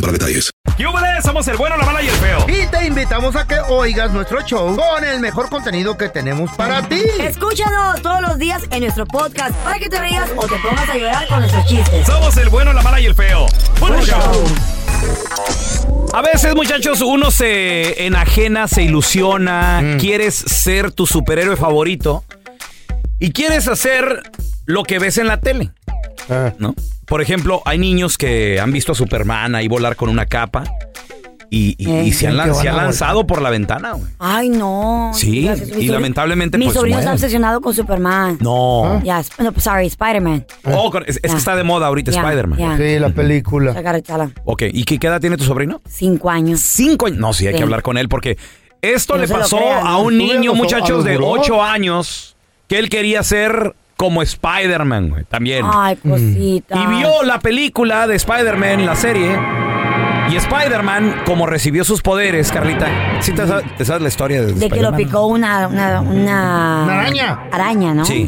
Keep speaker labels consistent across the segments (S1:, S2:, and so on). S1: para detalles.
S2: ¡Yúbales! Somos el bueno, la mala y el feo.
S3: Y te invitamos a que oigas nuestro show con el mejor contenido que tenemos para ti.
S4: Escúchanos todos los días en nuestro podcast para que te rías o te pongas a llorar con nuestros chistes.
S2: Somos el bueno, la mala y el feo. ¡Bueno show! A veces, muchachos, uno se enajena, se ilusiona,
S4: Mm.
S2: quieres ser tu superhéroe favorito y quieres hacer lo que ves en la tele,
S3: Ah,
S2: ¿no? Por ejemplo, hay niños que han visto a Superman ahí volar con una capa y, y-
S4: Eh,
S2: y se han,
S4: sí,
S2: lan-
S4: que van
S2: se ha
S4: a volar.
S2: lanzado por la ventana, güey.
S4: Ay, no.
S2: Sí,
S4: Ya sé, mi
S2: y
S4: sobrino-
S2: lamentablemente,
S4: Mi
S2: pues,
S4: sobrino está
S2: mueren.
S4: obsesionado con Superman.
S2: No.
S4: Ya, sp- no, pues, sorry, Spider-Man.
S2: Oh, con- es, es que está de moda ahorita
S4: Ah. Ya,
S2: Spider-Man.
S4: ya.
S3: Sí, la película.
S4: Sacar chala.
S2: Ok, ¿y qué, qué edad tiene tu sobrino?
S4: Cinco años.
S2: Cinco años. No, sí, hay
S4: Sí.
S2: que hablar con él porque esto
S4: Eh. No
S2: le
S4: se lo
S2: pasó
S4: crean,
S2: a un
S3: ¿no? Sube a
S2: niño,
S3: los- a
S2: muchachos,
S3: los
S2: de
S3: burós.
S2: ocho años que él quería ser como Spider-Man, Mm. güey, también.
S4: Ay, cosita.
S2: Y vio la película de Spider-Man, la serie. Y Spider-Man, como recibió sus poderes, Carlita, ¿sí te sa- te sabes, la historia
S4: De
S2: de,
S4: que lo
S2: Spider-Man?
S4: picó una, una, una...
S3: Una araña.
S4: Araña, ¿no?
S2: Sí.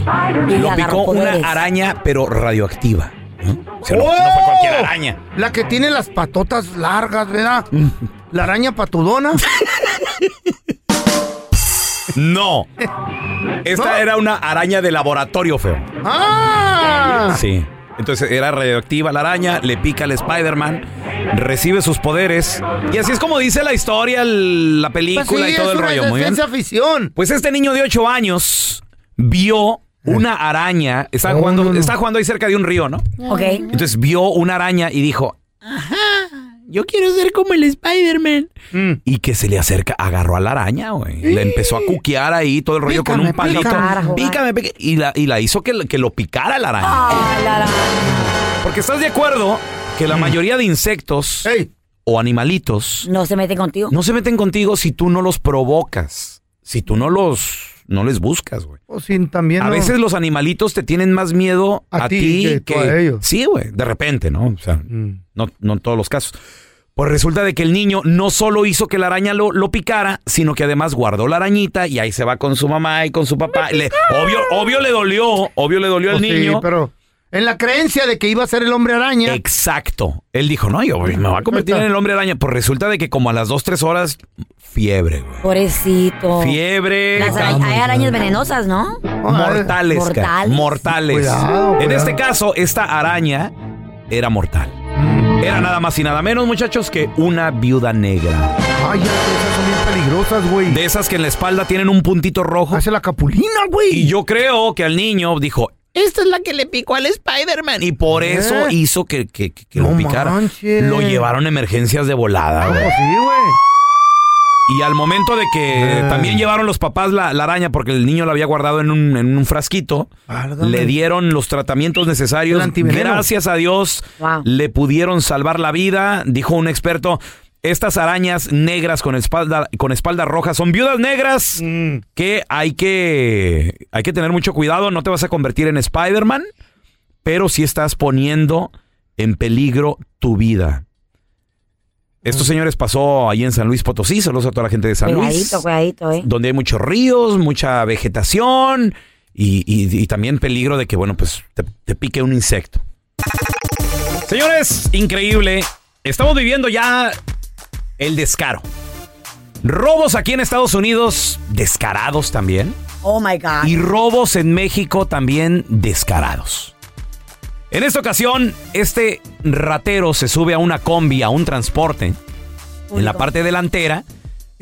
S4: Y
S2: Lo
S4: le agarró
S2: picó una
S4: poderes.
S2: araña, pero radioactiva. ¿no? O sea, no-
S3: ¡Oh!
S2: no fue cualquier araña.
S3: La que tiene las patotas largas, ¿verdad? La araña patudona.
S2: No. Esta
S3: ¿No?
S2: era una araña de laboratorio, feo.
S3: ¡Ah!
S2: Sí. Entonces era radioactiva la araña, le pica al Spider-Man, recibe sus poderes. Y así es como dice la historia, el- la película
S3: Pues sí,
S2: y
S3: es
S2: todo el
S3: una
S2: rollo.
S3: de
S2: Muy bien.
S3: ciencia ficción.
S2: Pues este niño de 8 años vio una araña. Está
S3: No,
S2: jugando,
S3: no, no.
S2: está jugando ahí cerca de un río, ¿no?
S4: Ok.
S2: Entonces vio una araña y dijo, ajá, yo quiero ser como el Spider-Man. Y que se le acerca, agarró a la araña, güey. Le empezó a cuquear ahí todo el rollo con un
S3: Pícame,
S2: palito.
S4: pícame.
S2: Pícame, pícame. Y la, y la hizo que, lo- que lo picara la araña.
S3: Ah,
S4: Ay, la, la.
S2: Porque estás de acuerdo que la mayoría de insectos
S3: ¡Ey!
S2: o animalitos
S4: No se mete contigo.
S2: no se meten contigo si tú no los provocas, si tú no los no les buscas, güey.
S3: O sin Pues también.
S2: A
S3: no.
S2: veces los animalitos te tienen más miedo a,
S3: A ti
S2: ti
S3: que tú a ellos.
S2: Sí, güey, de repente, ¿no? O sea,
S3: Mm.
S2: no, no en todos los casos. Pues resulta de que el niño no solo hizo que la araña lo, lo picara, sino que además guardó la arañita y ahí se va con su mamá y con su papá. Y le- obvio, obvio le dolió, obvio le dolió al
S3: Pues sí,
S2: niño.
S3: pero en la creencia de que iba a ser el hombre araña.
S2: Exacto. Él dijo, no, yo me voy a convertir en el hombre araña. Pues resulta de que como a las 2, 3 horas, fiebre, güey.
S4: Pobrecito.
S2: Fiebre.
S4: Oh. Las ara- hay arañas venenosas, ¿no?
S2: Mortales, cara,
S4: Mortales.
S2: mortales.
S3: Cuidado,
S2: En
S3: cuidado.
S2: este caso, esta araña era mortal.
S3: Mm.
S2: Era nada más y nada menos, muchachos, que una viuda negra.
S3: Ay, ya, esas son bien peligrosas, güey.
S2: De esas que en la espalda tienen un puntito rojo.
S3: Hace la capulina, güey.
S2: Y yo creo que al niño dijo, esta es la que le picó al Spider-Man. Y por eso
S3: ¿Eh?
S2: hizo que, que- que- que lo
S3: No
S2: picara.
S3: manches.
S2: Lo llevaron a emergencias de volada, güey.
S3: Pues sí, güey.
S2: Y al momento de que
S3: Ah.
S2: también llevaron los papás la, la araña porque el niño la había guardado en un, en un frasquito,
S3: Válgame.
S2: le dieron los tratamientos necesarios.
S3: El antiveneno.
S2: Gracias a Dios
S4: Wow.
S2: le pudieron salvar la vida, dijo un experto. Estas arañas negras con espalda, con espalda roja son viudas negras
S3: Mm.
S2: que hay que hay que tener mucho cuidado, no te vas a convertir en Spider-Man, pero sí estás poniendo en peligro tu vida. Estos señores pasó allí en San Luis Potosí, saludos a toda la gente de San Luis,
S4: Cuidadito, cuidadito, ¿eh?
S2: donde hay muchos ríos, mucha vegetación y, y- y también peligro de que, bueno, pues te, te pique un insecto. Señores, increíble. Estamos viviendo ya el descaro. Robos aquí en Estados Unidos, descarados también.
S4: Oh my God.
S2: Y robos en México también descarados. En esta ocasión, este ratero se sube a una combi, a un transporte, en la parte delantera.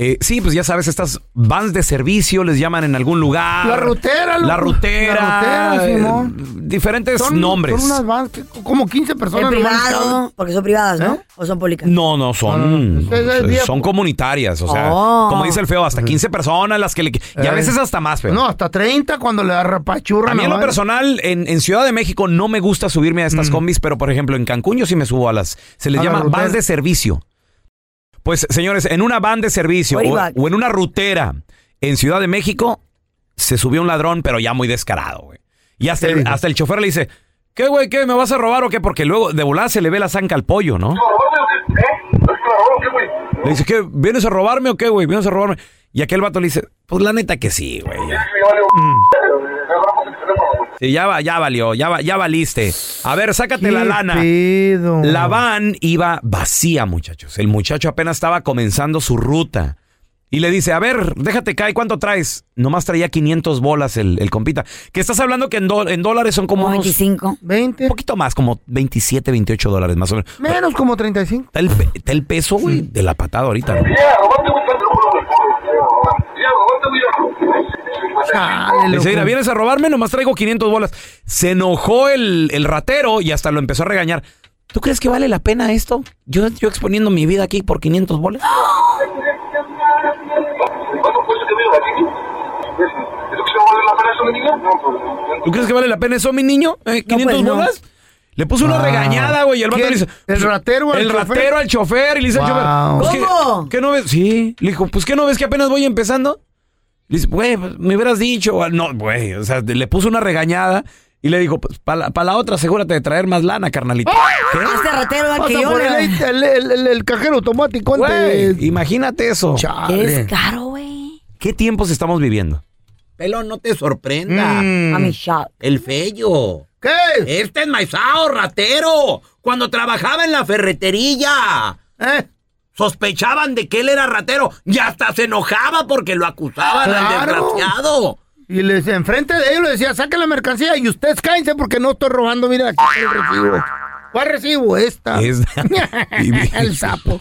S2: Eh, sí, pues ya sabes, estas vans de servicio les llaman en algún lugar.
S3: La rutera, loco.
S2: La rutera.
S3: La rutera,
S2: eh,
S3: Simón.
S2: diferentes nombres.
S3: Son unas vans que como 15
S4: El
S3: personas. nomás
S4: privado,
S3: cada-
S4: porque son privadas, ¿no?
S3: ¿Eh?
S4: ¿O son públicas?
S2: No, no, son.
S3: Ah, esa es vía-
S2: son comunitarias. O sea,
S4: Oh.
S2: como dice el feo, hasta 15 personas las que le. Y a
S3: Eh.
S2: veces hasta más, feo.
S3: No, hasta 30 cuando le arrapachurran.
S2: A mí en
S3: la
S2: lo
S3: madre.
S2: personal, en, en Ciudad de México no me gusta subirme a estas combis, pero por ejemplo en Cancún yo sí me subo a las, se les
S3: Mm. A la
S2: llama
S3: rutera.
S2: vans de servicio. Pues señores, en una van de servicio
S4: What do
S2: o,
S4: you like?
S2: o en una rutera en Ciudad de México se subió un ladrón, pero ya muy descarado, güey. Y hasta,
S3: ¿Qué
S2: el,
S3: dijo?
S2: hasta el chofer le dice, ¿qué güey, qué, me vas a robar o qué? Porque luego de volada se le ve la zanca al pollo, ¿no? Le dice, ¿qué, vienes a robarme o qué, güey? ¿Vienes a robarme? Y aquel vato le dice, pues la neta que sí, güey. Sí, ya, va- ya valió, ya, va- ya valiste. A ver, sácate la
S3: Qué
S2: lana.
S3: pedo.
S2: La van iba vacía, muchachos. El muchacho apenas estaba comenzando su ruta. Y le dice, a ver, déjate caer, ¿cuánto traes? Nomás traía 500 bolas el, el compita. Que estás hablando que en, do- en dólares son como
S4: Como
S2: unos-
S4: 25.
S3: 20.
S2: un poquito más, como 27, 28 dólares más o menos.
S3: Menos como 35.
S2: Está el, pe- está el peso, güey, de la patada ahorita. ¿no?
S3: Chale,
S2: Le dice, mira,
S3: loco.
S2: vienes a robarme, nomás traigo 500 bolas. Se enojó el, el ratero y hasta lo empezó a regañar. ¿Tú crees que vale la pena esto? Yo, yo exponiendo mi vida aquí por 500 bolas. ¿Tú crees que vale la pena eso, mi niño? Eh, ¿500
S4: pues, no.
S2: bolas? Le puso una
S3: Wow.
S2: regañada, güey, y el vato
S3: ¿Quién?
S2: le dice...
S3: ¿El ratero al
S2: El
S3: chofer?
S2: ratero al chofer, y le dice al chofer...
S3: Wow.
S2: "Pues, ¿qué-
S4: ¿Cómo?
S2: ¿Qué no ves? Sí. Le dijo, pues, ¿qué no ves que apenas voy empezando? Le dice, güey, pues, me hubieras dicho... o al- No, güey, o sea, le puso una regañada... Y le dijo, pues, para la, pa' la otra asegúrate de traer más lana, carnalito. ¿Qué?
S4: Este ratero al
S3: Pasa
S4: que yo
S3: por el,
S4: le...
S3: el, el- el- el cajero automático antes.
S2: Güey, imagínate eso.
S4: Qué
S3: Chale.
S4: descaro, güey.
S2: ¿Qué tiempos estamos viviendo?
S5: Pelón, no te sorprenda.
S3: Mm.
S4: Mami, shot.
S5: El fello.
S3: ¿Qué?
S5: Este es Maizao, ratero. Cuando trabajaba en la ferretería.
S3: ¿Eh?
S5: Sospechaban de que él era ratero y hasta se enojaba porque lo acusaban al
S3: Claro.
S5: desgraciado.
S3: Y les enfrente de ellos les decía, saquen la mercancía y ustedes cállense porque no estoy robando. Mira, aquí está el recibo. ¿Cuál recibo? Esta.
S2: Esta. Y vi-
S3: el sapo.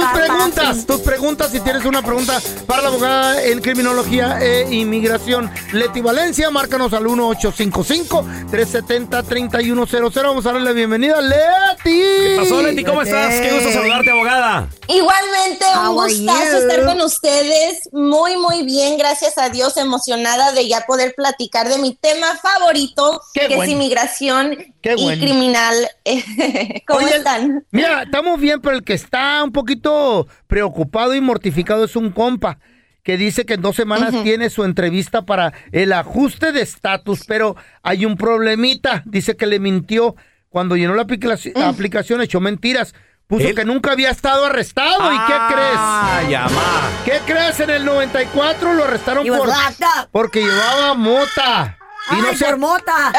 S3: tus preguntas, tus preguntas. Si tienes una pregunta para la abogada en criminología e inmigración, Leti Valencia, márcanos al 1-855-370-3100. Vamos a darle la bienvenida a Leti. ¿Qué
S2: pasó, Leti? ¿Cómo estás? Qué gusto saludarte, abogada.
S6: Igualmente,
S2: How
S4: Ah,
S6: un
S2: are
S6: gustazo
S2: you?
S6: estar con ustedes. Muy, muy bien, gracias a Dios, emocionada de ya poder platicar de mi tema favorito, que
S3: bueno.
S6: es inmigración
S3: Qué
S6: y
S3: bueno.
S6: criminal. ¿Cómo
S3: Oye,
S6: están?
S3: Mira, estamos bien, pero el que está un poquito preocupado y mortificado es un compa que dice que en dos semanas tiene su entrevista para el ajuste de estatus, pero hay un problemita. Dice que le mintió cuando llenó la aplicaci-
S5: Mm.
S3: aplicación, echó mentiras. Puso que nunca había estado arrestado.
S5: Ah,
S3: ¿Y qué crees?
S2: ya, ma.
S3: ¿Qué crees? En el 94 lo arrestaron
S5: pues,
S4: He was
S3: por,
S5: ah.
S4: locked up.
S3: porque llevaba mota. Y no Eh. se,
S4: mota.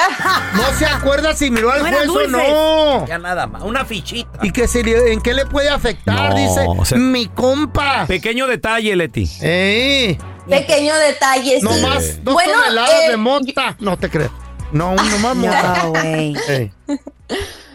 S3: no se acuerda si miró al
S5: No eran
S3: juez o
S5: dulces.
S3: no.
S5: Ya nada más, una fichita.
S3: Y que si le- en qué le puede afectar,
S2: No,
S3: dice
S2: o sea-
S3: mi compa.
S2: Pequeño detalle, Leti.
S3: ¡Ey!
S6: Pequeño detalle. sí.
S3: No más dos
S6: Este, Bueno,
S3: toneladas
S6: eh,
S3: de mota. No te crees. No, no más mota.
S4: No, güey.
S3: Ey.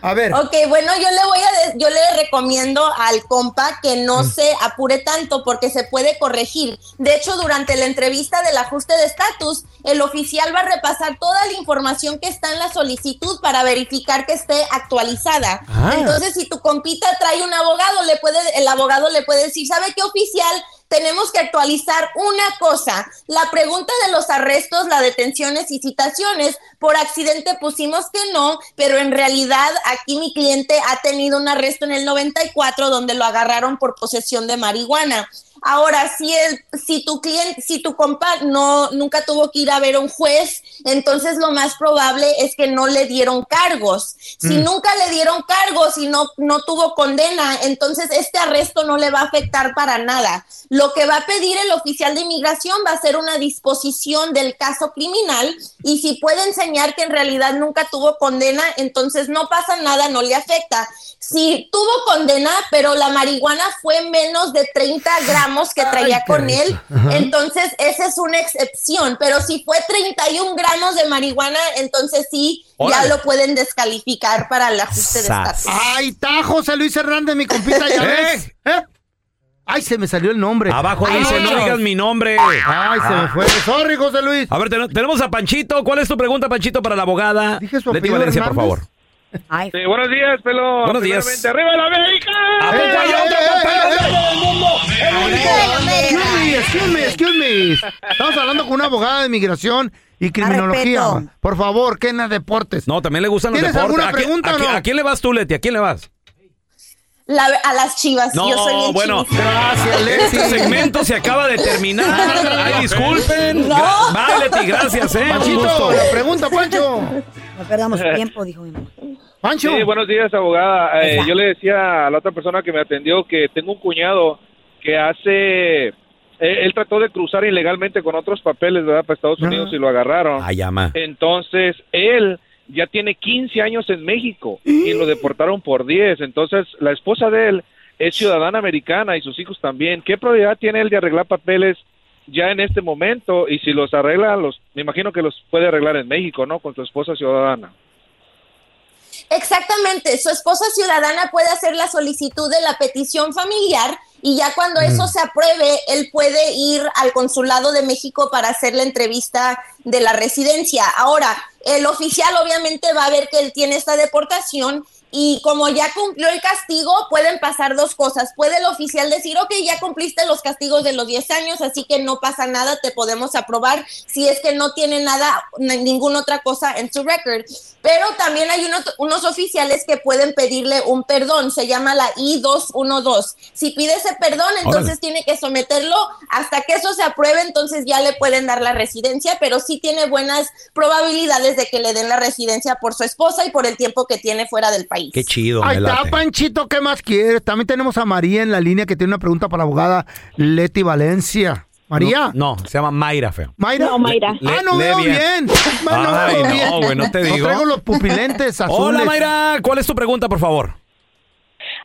S3: A ver.
S6: Ok, bueno, yo le voy a, de- yo le recomiendo al compa que no
S3: Mm.
S6: se apure tanto porque se puede corregir. De hecho, durante la entrevista del ajuste de estatus, el oficial va a repasar toda la información que está en la solicitud para verificar que esté actualizada.
S3: Ah.
S6: Entonces, si tu compita trae un abogado, le puede, el abogado le puede decir, ¿sabe qué oficial? Tenemos que actualizar una cosa, la pregunta de los arrestos, las detenciones y citaciones. Por accidente pusimos que no, pero en realidad aquí mi cliente ha tenido un arresto en el 94 donde lo agarraron por posesión de marihuana. Ahora, si el, si tu cliente, si tu compa no nunca tuvo que ir a ver a un juez, entonces lo más probable es que no le dieron cargos. Si nunca le dieron cargos y no, no tuvo condena, entonces este arresto no le va a afectar para nada. Lo que va a pedir el oficial de inmigración va a ser una disposición del caso criminal y si puede enseñar que en realidad nunca tuvo condena, entonces no pasa nada, no le afecta. Si tuvo condena, pero la marihuana fue menos de 30 gramos que traía con él, entonces esa es una excepción. Pero si fue 31 gramos de marihuana, entonces sí,
S2: Órale.
S6: ya lo pueden descalificar para el ajuste de
S2: Sas.
S6: estatus.
S3: Ahí está José Luis Hernández, mi compita. ¿ya ves? ¿Eh? Ay, se me salió el nombre.
S2: Abajo
S3: Ay,
S2: dice, no digas mi Ah. nombre.
S3: Ay, se me fue. Sorry, José Luis.
S2: A ver, ten- tenemos a Panchito. ¿Cuál es tu pregunta, Panchito, para la abogada?
S3: Dije su
S2: Leti
S3: apellido
S2: Valencia, por
S3: Hernández.
S2: favor.
S4: Ay,
S7: Sí, buenos días, pelón.
S2: Buenos días.
S7: Primeramente, ¡Arriba la América!
S3: Eh,
S2: ¿A poco hay otro campeón del mundo?
S3: Excuse me, excuse me, excuse me. Estamos hablando con una abogada de migración y criminología.
S4: respeto.
S3: Por favor, que en las deportes.
S2: No, también le gustan los
S3: ¿Tienes
S2: deportes.
S3: alguna
S2: ¿A quién-
S3: pregunta
S2: a
S3: o
S2: quién-
S3: no?
S2: ¿A quién le vas tú, Leti? ¿A quién le vas?
S6: La- a las chivas.
S2: No,
S6: Yo soy bien
S2: bueno.
S6: chivista.
S3: Gracias, Leti.
S2: Este segmento se acaba de terminar. Ay, disculpen.
S6: No.
S2: Gra- Bye, Leti, gracias, eh. Un gusto.
S3: Panchito, la pregunta, Pancho.
S4: no perdamos tiempo, dijo mi mamá.
S3: Pancho.
S7: Sí, buenos días, abogada. Eh,
S4: Esa.
S7: yo le decía a la otra persona que me atendió que tengo un cuñado que hace... eh, Él trató de cruzar ilegalmente con otros papeles, ¿verdad? Para Estados
S3: Ah.
S7: Unidos y lo agarraron.
S2: Ay, ama.
S7: Entonces, él ya tiene 15 años en México y
S8: ¡Eh!
S7: lo deportaron por 10. Entonces, la esposa de él es ciudadana americana y sus hijos también. ¿Qué probabilidad tiene él de arreglar papeles ya en este momento? Y si los arregla, los, me imagino que los puede arreglar en México, ¿no? Con su esposa ciudadana.
S6: Exactamente, su esposa ciudadana puede hacer la solicitud de la petición familiar y ya cuando eso se apruebe, él puede ir al consulado de México para hacer la entrevista de la residencia. Ahora, el oficial obviamente va a ver que él tiene esta deportación y como ya cumplió el castigo, pueden pasar dos cosas. Puede el oficial decir, ok, ya cumpliste los castigos de los 10 años, así que no pasa nada, te podemos aprobar si es que no tiene nada, ni- ninguna otra cosa en su record. Pero también hay uno- unos oficiales que pueden pedirle un perdón, se llama la I-212. Si pide ese perdón, entonces tiene que someterlo hasta que eso se apruebe, entonces ya le pueden dar la residencia, pero sí tiene buenas probabilidades de que le den la residencia por su esposa y por el tiempo que tiene fuera del país.
S2: Qué chido,
S3: Ahí
S2: me
S3: está,
S2: late.
S3: Panchito, ¿qué más quieres? También tenemos a María en la línea que tiene una pregunta para la abogada Leti Valencia. María.
S2: No, no, se llama Mayra, feo.
S3: Mayra.
S8: No, Mayra.
S3: ah, no
S2: Le-
S3: veo
S2: lee
S3: bien.
S2: bien.
S3: Ma, no
S2: Ay,
S3: veo
S2: no,
S3: bien.
S2: güey, no te digo.
S3: traigo los pupilentes azules.
S2: Hola, Mayra. ¿Cuál es tu pregunta, por favor?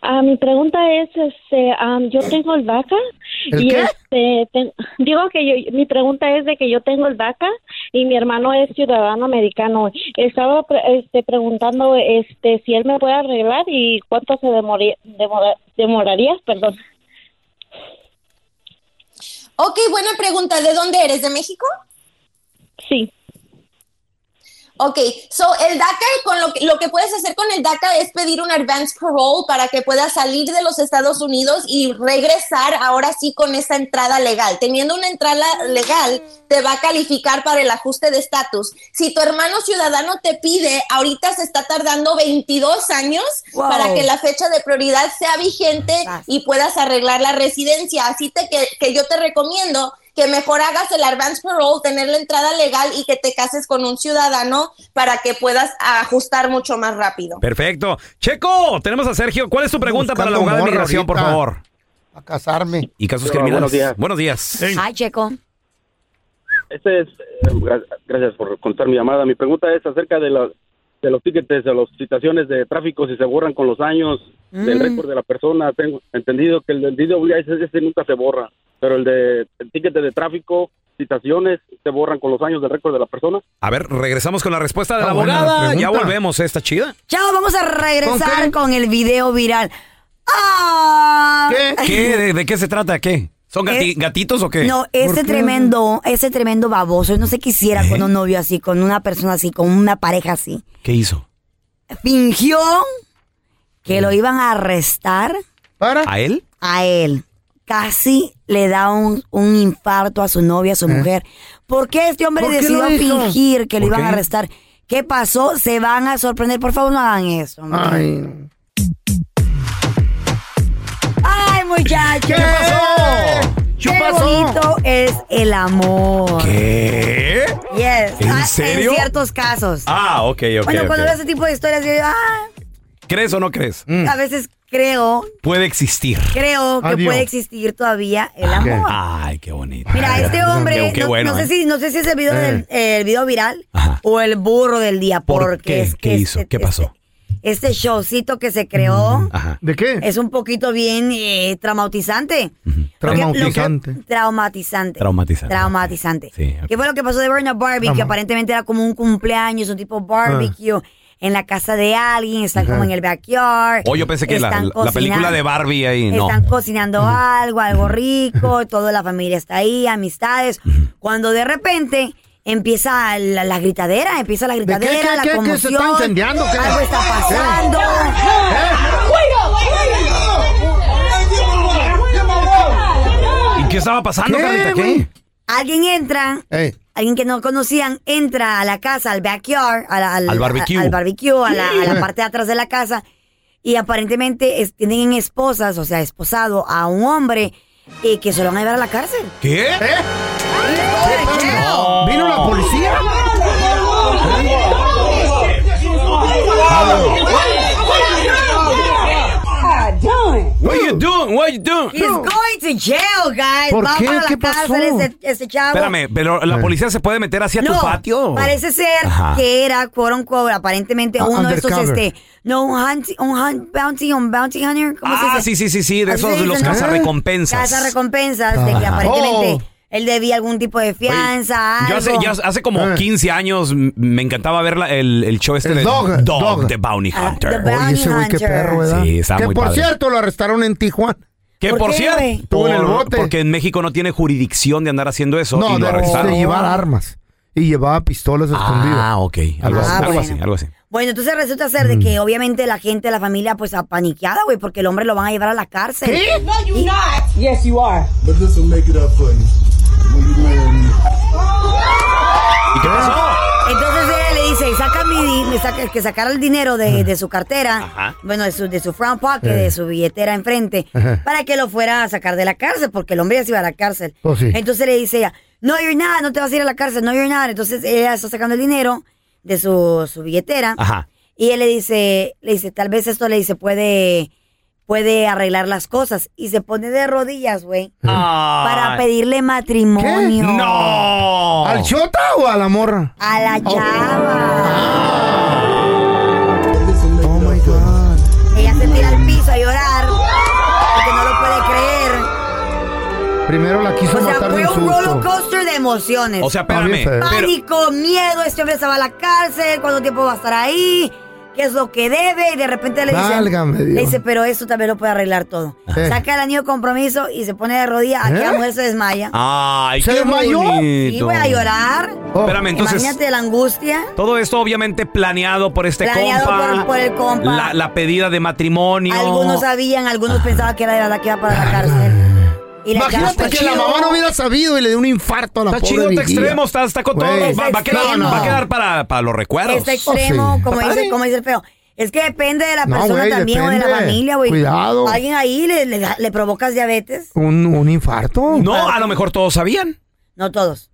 S8: Ah, mi pregunta es, este, am, yo tengo el vaca
S3: ¿El
S8: y
S3: qué?
S8: este, ten- digo que yo, mi pregunta es de que yo tengo el vaca y mi hermano es ciudadano americano. Estaba pre- este, preguntando, este, si él me puede arreglar y cuánto se demori- demora- demoraría, perdón.
S6: Ok, buena pregunta. ¿De dónde eres? ¿De México?
S8: Sí.
S6: Ok, so el DACA, con lo que, lo que puedes hacer con el DACA es pedir un advance parole para que puedas salir de los Estados Unidos y regresar ahora sí con esa entrada legal. Teniendo una entrada legal, te va a calificar para el ajuste de estatus. Si tu hermano ciudadano te pide, ahorita se está tardando 22 años
S4: Wow.
S6: para que la fecha de prioridad sea vigente y puedas arreglar la residencia. Así te, que, que yo te recomiendo que mejor hagas el advance parole, tener la entrada legal y que te cases con un ciudadano para que puedas ajustar mucho más rápido.
S2: Perfecto. Checo, tenemos a Sergio. ¿Cuál es tu pregunta para la abogada de
S3: morra
S2: migración, por
S3: ahorita.
S2: favor?
S3: A casarme.
S2: Y casos
S3: Pero,
S2: criminales.
S3: buenos días.
S2: Buenos días.
S4: Ay, Checo.
S9: Este es, eh, gra- gracias por contar mi llamada. Mi pregunta es acerca de, la- de los tickets, de las citaciones de tráfico, si se borran con los años, del
S10: Mm.
S9: récord de la persona. Tengo entendido que el del DWI ese, ese nunca se borra, pero el de el ticket de tráfico, citaciones, se borran con los años del récord de la persona.
S2: A ver, regresamos con la respuesta de Ah, la
S9: Está buena la
S2: abogada. ya
S9: pregunta.
S2: volvemos, ¿eh? está chida.
S4: Chao, vamos a regresar con el video viral. ¡Ah!
S2: ¿Qué? ¿De, de qué se trata? ¿Qué? ¿Son gati-
S4: Eh,
S2: gatitos o qué?
S4: No, ese tremendo, ese tremendo baboso, no se quisiera con un novio así, con una persona así, con una pareja así.
S2: ¿Qué hizo?
S4: Fingió que lo iban a arrestar.
S3: ¿Para?
S2: ¿A él?
S4: A él. Casi le da un, un infarto a su novia, a su mujer. ¿Por qué este hombre
S11: ¿Por qué
S4: decidió
S11: lo hizo?
S4: fingir que lo
S11: ¿Por
S4: iban a
S11: qué?
S4: arrestar? ¿Qué pasó? Se van a sorprender. Por favor, no hagan eso. hombre.
S3: Ah.
S4: Ay, muchachos. ¿Qué pasó? ¿Qué,
S3: pasó?
S4: bonito es el amor.
S2: ¿Qué?
S4: Yes.
S2: ¿En
S4: Ah,
S2: serio?
S4: En ciertos casos.
S2: Ah, ok, ok.
S4: bueno, cuando
S2: ok.
S4: veo
S2: Mm.
S4: ese tipo de historias, yo digo, ah,
S2: ¿Crees o no crees?
S4: a veces creo,
S2: Puede existir.
S4: creo que
S2: Adiós.
S4: puede existir todavía el
S2: Ok.
S4: amor.
S2: Ay, qué bonito.
S4: Mira, este hombre, no, no
S2: eh.
S4: sé si, no sé si es el video, del- el video viral o el burro del día, porque es que
S2: ¿Qué hizo? ¿Qué pasó? Mm,
S4: este showcito que se creó
S2: Ajá.
S3: ¿De qué?
S4: es un poquito bien eh, traumatizante.
S3: Traumatizante.
S4: Traumatizante.
S2: Traumatizante.
S4: Traumatizante.
S2: Sí,
S4: ¿Qué fue lo que pasó de Berna Barbie?
S2: Trauma.
S4: Que aparentemente era como un cumpleaños, un tipo barbecue en la casa de alguien, están como en el backyard.
S2: Oh, yo pensé que la,
S4: están
S2: la- la película
S4: cocinando.
S2: de Barbie ahí, no.
S4: Están cocinando algo, algo rico, toda la familia está ahí, amistades. Cuando de repente empieza la, la gritadera, empieza la
S3: qué,
S4: gritadera,
S3: qué,
S4: la
S3: qué, qué? ¿Se
S4: conmoción.
S3: está incendiando, qué?
S4: Algo está
S2: ¡Ah!
S4: pasando.
S2: ¿Y qué estaba pasando,
S4: ¿Qué,
S2: Carlita? ¿Qué?
S4: güey? Alguien entra, alguien que no conocían, entra a la casa, al backyard, a la- al,
S2: Al barbecue.
S4: a- al barbecue, a la, a la parte de atrás de la casa. Y aparentemente es- tienen esposas, o sea, esposado a un hombre eh, que se lo van a llevar a la cárcel.
S2: ¿Qué?
S3: No. ¿Vino la policía?
S2: What you doing? What you doing?
S4: He's going to jail, guys.
S2: ¿Por
S4: Va
S2: qué?
S4: para la
S2: ¿Qué pasó?
S4: cárcel ese, ese chavo.
S2: Espérame, pero la policía se puede meter hacia tu patio.
S4: Parece ser
S2: Ajá.
S4: que era, quote unquote, aparentemente
S2: Ah,
S4: uno de esos,
S2: undercover.
S4: este, no, un, hunt- un hunt- bounty, un bounty hunter, ¿cómo se
S2: Ah,
S4: dice?
S2: sí, sí, sí, sí, de
S4: Así
S2: esos
S4: se
S2: los
S4: dicen, ¿no?
S2: cazarrecompensas.
S4: Cazarrecompensas, de que
S2: Ajá.
S4: aparentemente él debía algún tipo de fianza,
S2: Yo hace,
S4: algo.
S2: ya hace como 15 años m- me encantaba ver la- el, el show este
S3: Eh. El
S2: de
S3: Dog, Dog.
S2: The Bounty
S4: Ah,
S2: Hunter.
S3: Oye, ese güey, qué perro, ¿verdad?
S2: Sí, estaba
S3: que
S2: muy
S3: por
S2: padre.
S3: cierto lo arrestaron en Tijuana.
S2: Que por, cierto,
S3: Estuvo en el
S2: por-
S3: bote.
S2: porque en México no tiene jurisdicción de andar haciendo eso
S3: No,
S2: y lo
S3: de,
S2: arrestaron.
S3: de llevar armas. Y llevaba pistolas escondidas.
S2: Ah, ok. Algo,
S4: Ah,
S2: así, algo
S4: bueno.
S2: así, algo así. Mm.
S4: Bueno, entonces resulta ser de que obviamente la gente, la familia, pues apaniqueada, güey, porque el hombre lo van a llevar a la cárcel.
S12: ¿Qué? No,
S4: you're not.
S12: Yes, you are. But this will make it up for you. When you marry me.
S2: ¿Y qué pasó?
S4: Entonces ella le dice, saca mi, di- me saca, que sacara el dinero de, de su cartera,
S2: Ajá.
S4: bueno, de su, de su front pocket,
S2: Eh.
S4: de su billetera enfrente,
S2: Ajá.
S4: para que lo fuera a sacar de la cárcel, porque el hombre ya se iba a la cárcel.
S2: Pues sí.
S4: Entonces le dice ella, no, you're nada, no te vas a ir a la cárcel, no, you're nada. Entonces ella está sacando el dinero de su, su billetera.
S2: Ajá.
S4: Y él le dice, le dice, tal vez esto le dice, puede, puede arreglar las cosas. Y se pone de rodillas, güey, para pedirle matrimonio.
S2: ¡No!
S3: ¿Al chota o a la morra?
S4: A la
S3: Oh my God.
S4: Ella se tira al piso a llorar porque no lo puede creer.
S3: Primero la quiso
S4: O sea,
S3: matar de
S4: fue
S3: un
S4: un roller
S3: susto.
S4: coaster de emociones.
S3: O sea, espérame, Ah, bien feo. pero-
S4: Pánico, miedo, este hombre se va a la cárcel, cuánto tiempo va a estar ahí. qué es lo que debe y de repente le
S3: Válgame
S4: dice,
S3: Dios.
S4: le dice, pero esto también lo puede arreglar todo.
S3: Eh.
S4: Saca el anillo de compromiso y se pone de rodillas, aquí
S2: ¿Eh?
S4: la mujer se desmaya.
S2: Ay, qué bonito.
S4: Y voy a llorar.
S3: Oh,
S2: Espérame, entonces-
S4: Imagínate la angustia.
S2: Todo esto obviamente planeado por este
S4: Planeado
S2: compa.
S4: por- por el compa.
S2: La, la pedida de matrimonio.
S4: Algunos sabían, algunos pensaban que era de verdad que iba para la cárcel. Y la
S3: Imagínate que la mamá no hubiera sabido y le dio un infarto a la
S2: Está
S3: Ah, pobre
S2: chido, está
S3: viejilla.
S2: extremo, está, está con todo.
S3: Güey.
S2: Va, va a quedar,
S3: No, no.
S2: va a quedar para, para los recuerdos.
S4: Está Este extremo, como, dice, como dice el feo. Es que depende de la
S2: No,
S4: persona
S2: güey,
S4: también o de la
S2: depende.
S4: familia, güey.
S2: Cuidado.
S4: Alguien ahí le, le, le provocas diabetes.
S3: ¿Un, un infarto? Ah,
S2: No, a lo mejor todos sabían.
S4: No todos.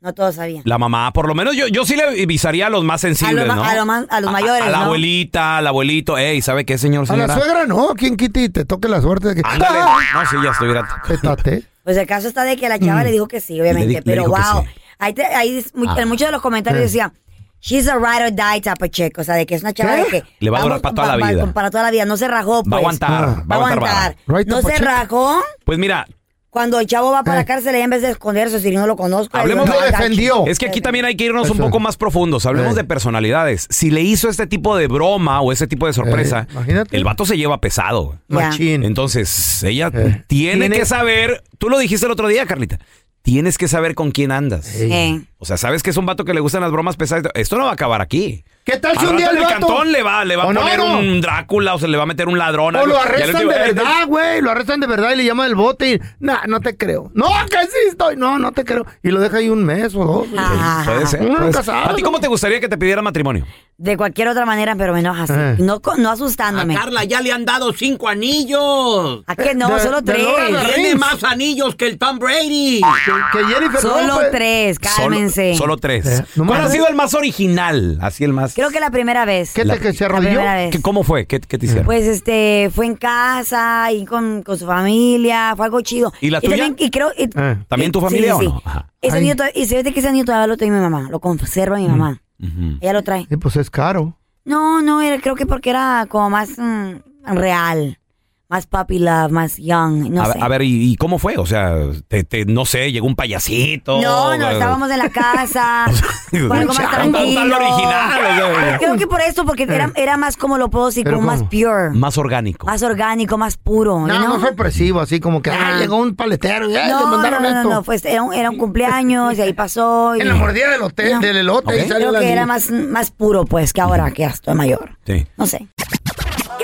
S4: No todos sabían.
S2: La mamá, por lo menos yo, yo sí le avisaría a los más
S4: A,
S2: sensibles,
S4: los ma-
S2: ¿no?
S4: a los ma- a los mayores,
S2: A la
S4: ¿no?
S2: abuelita, al abuelito. Ey, ¿sabe qué, señor?
S3: A la
S2: señora?
S3: suegra no, quien quita y te toque la suerte de que...
S2: Ándale. No, sí, ya estuviera.
S3: Pétate.
S4: Pues el caso está de que la chava
S3: Mm.
S4: le dijo que sí,
S3: Le
S4: obviamente.
S3: di- le
S4: pero
S3: dijo que
S4: wow.
S3: sí.
S4: Ahí, te- ahí es muy-
S2: Ah.
S4: en muchos de los comentarios
S2: Eh.
S4: decía, she's a ride or die type of chick. O sea, de que es una chava
S2: ¿Qué?
S4: de que.
S2: Le va a durar
S4: vamos-
S2: para toda la
S4: va-
S2: vida.
S4: Para toda la vida. No se rajó, pues.
S2: Va a aguantar,
S4: Ah.
S2: va a aguantar vara. Right
S4: No
S2: type of
S4: se
S2: chick.
S4: rajó
S2: Pues mira,
S4: cuando el chavo va para la cárcel y en vez de esconderse, si no lo conozco. ahí
S2: hablemos
S4: lo
S2: de...
S4: agacho.
S3: Oh,
S2: Es que
S4: eh,
S2: aquí también hay que irnos un poco más profundos. Hablemos
S3: Eh.
S2: de personalidades. Si le hizo este tipo de broma o ese tipo de sorpresa,
S3: Eh,
S2: el vato se lleva pesado.
S3: Ya. Machín.
S2: Entonces, ella tiene,
S3: Eh, Tiene-
S2: que saber... Tú lo dijiste el otro día, Carlita. Tienes que saber con quién andas.
S4: Eh.
S2: O sea, sabes que es un vato que le gustan las bromas pesadas. Esto no va a acabar aquí.
S3: ¿Qué tal si
S2: Al
S3: un día
S2: rato
S3: el
S2: en
S3: vato-
S2: cantón le va, le va
S3: O
S2: a
S3: no,
S2: poner
S3: no.
S2: un Drácula o se le va a meter un ladrón?
S3: O
S2: algo.
S3: lo
S2: Ya le
S3: arrestan
S2: digo,
S3: de
S2: eh,
S3: verdad, güey. Lo arrestan de verdad y le llaman el bote y... Nah, no te creo. No, que sí estoy. No, no te creo. Y lo deja ahí un mes o dos.
S4: Ah.
S2: Puede ser.
S3: Uno
S2: puede
S3: nunca
S2: ser. ¿A ti
S3: sabe.
S2: cómo te gustaría que te pidiera matrimonio?
S4: De cualquier otra manera, pero menos así.
S2: Eh.
S4: No, co- no asustándome.
S5: A Carla ya le han dado cinco anillos.
S4: ¿A qué no? De- Solo de tres. Lorena
S5: Tiene
S4: Rings.
S5: más anillos que el Tom Brady.
S3: Que, Jennifer
S4: Solo tres, cálmense.
S2: Solo, solo tres. ¿Cuál ha sido el más original? Así el más.
S4: Creo que la primera vez. La
S2: la-
S4: primera vez.
S2: ¿Qué- ¿Cómo fue? ¿Qué, qué te hicieron?
S4: Pues este, fue en casa y con, con su familia, fue algo chido.
S2: ¿Y la
S4: Y también-
S2: tuya?
S4: y creo, y-
S2: Eh. ¿También tu
S4: sí,
S2: familia o
S4: sí.
S2: no? Ajá.
S4: ese
S3: Ay.
S4: anillo todavía- y se ve que ese anillo todavía lo tiene mi mamá, lo conserva mi mamá. Ella lo trae.
S3: Y pues es caro.
S4: No, no, era- creo que porque era como más mm, real, más puppy love, más young, no
S2: a,
S4: sé.
S2: a ver, ¿y, y cómo fue? O sea, te, te- no sé, llegó un payasito.
S4: No, no, estábamos en la casa. fue algo más
S2: Chao, está- está
S4: tranquilo.
S2: lo original, o sea.
S4: Creo que por esto, porque era, era más como lo puedo decir,
S3: Pero
S4: como más
S3: ¿cómo?
S4: pure,
S2: Más orgánico.
S4: más orgánico, más puro.
S3: No,
S4: ¿no?
S3: no sorpresivo, así como que ah,
S4: Ah.
S3: llegó un paletero y eh,
S4: no,
S3: le mandaron
S4: no, no,
S3: esto.
S4: no, pues era un, era un cumpleaños y ahí pasó. y-
S3: En la mordida del hotel, del elote y
S4: Ok.
S3: sale
S4: Creo
S3: la
S4: que era
S3: niña.
S4: más, más puro, pues, que ahora, que ya estoy mayor.
S2: Sí.
S4: No sé.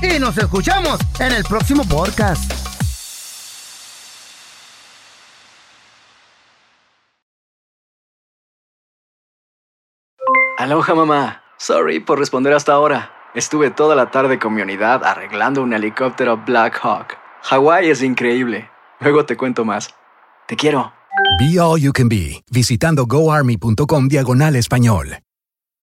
S3: Y nos escuchamos en el próximo podcast.
S10: Aloha mamá. Sorry por responder hasta ahora. Estuve toda la tarde con mi unidad arreglando un helicóptero Black Hawk. Hawái es increíble. Luego te cuento más. Te quiero.
S11: Be All You Can Be, visitando goarmy.com diagonal español.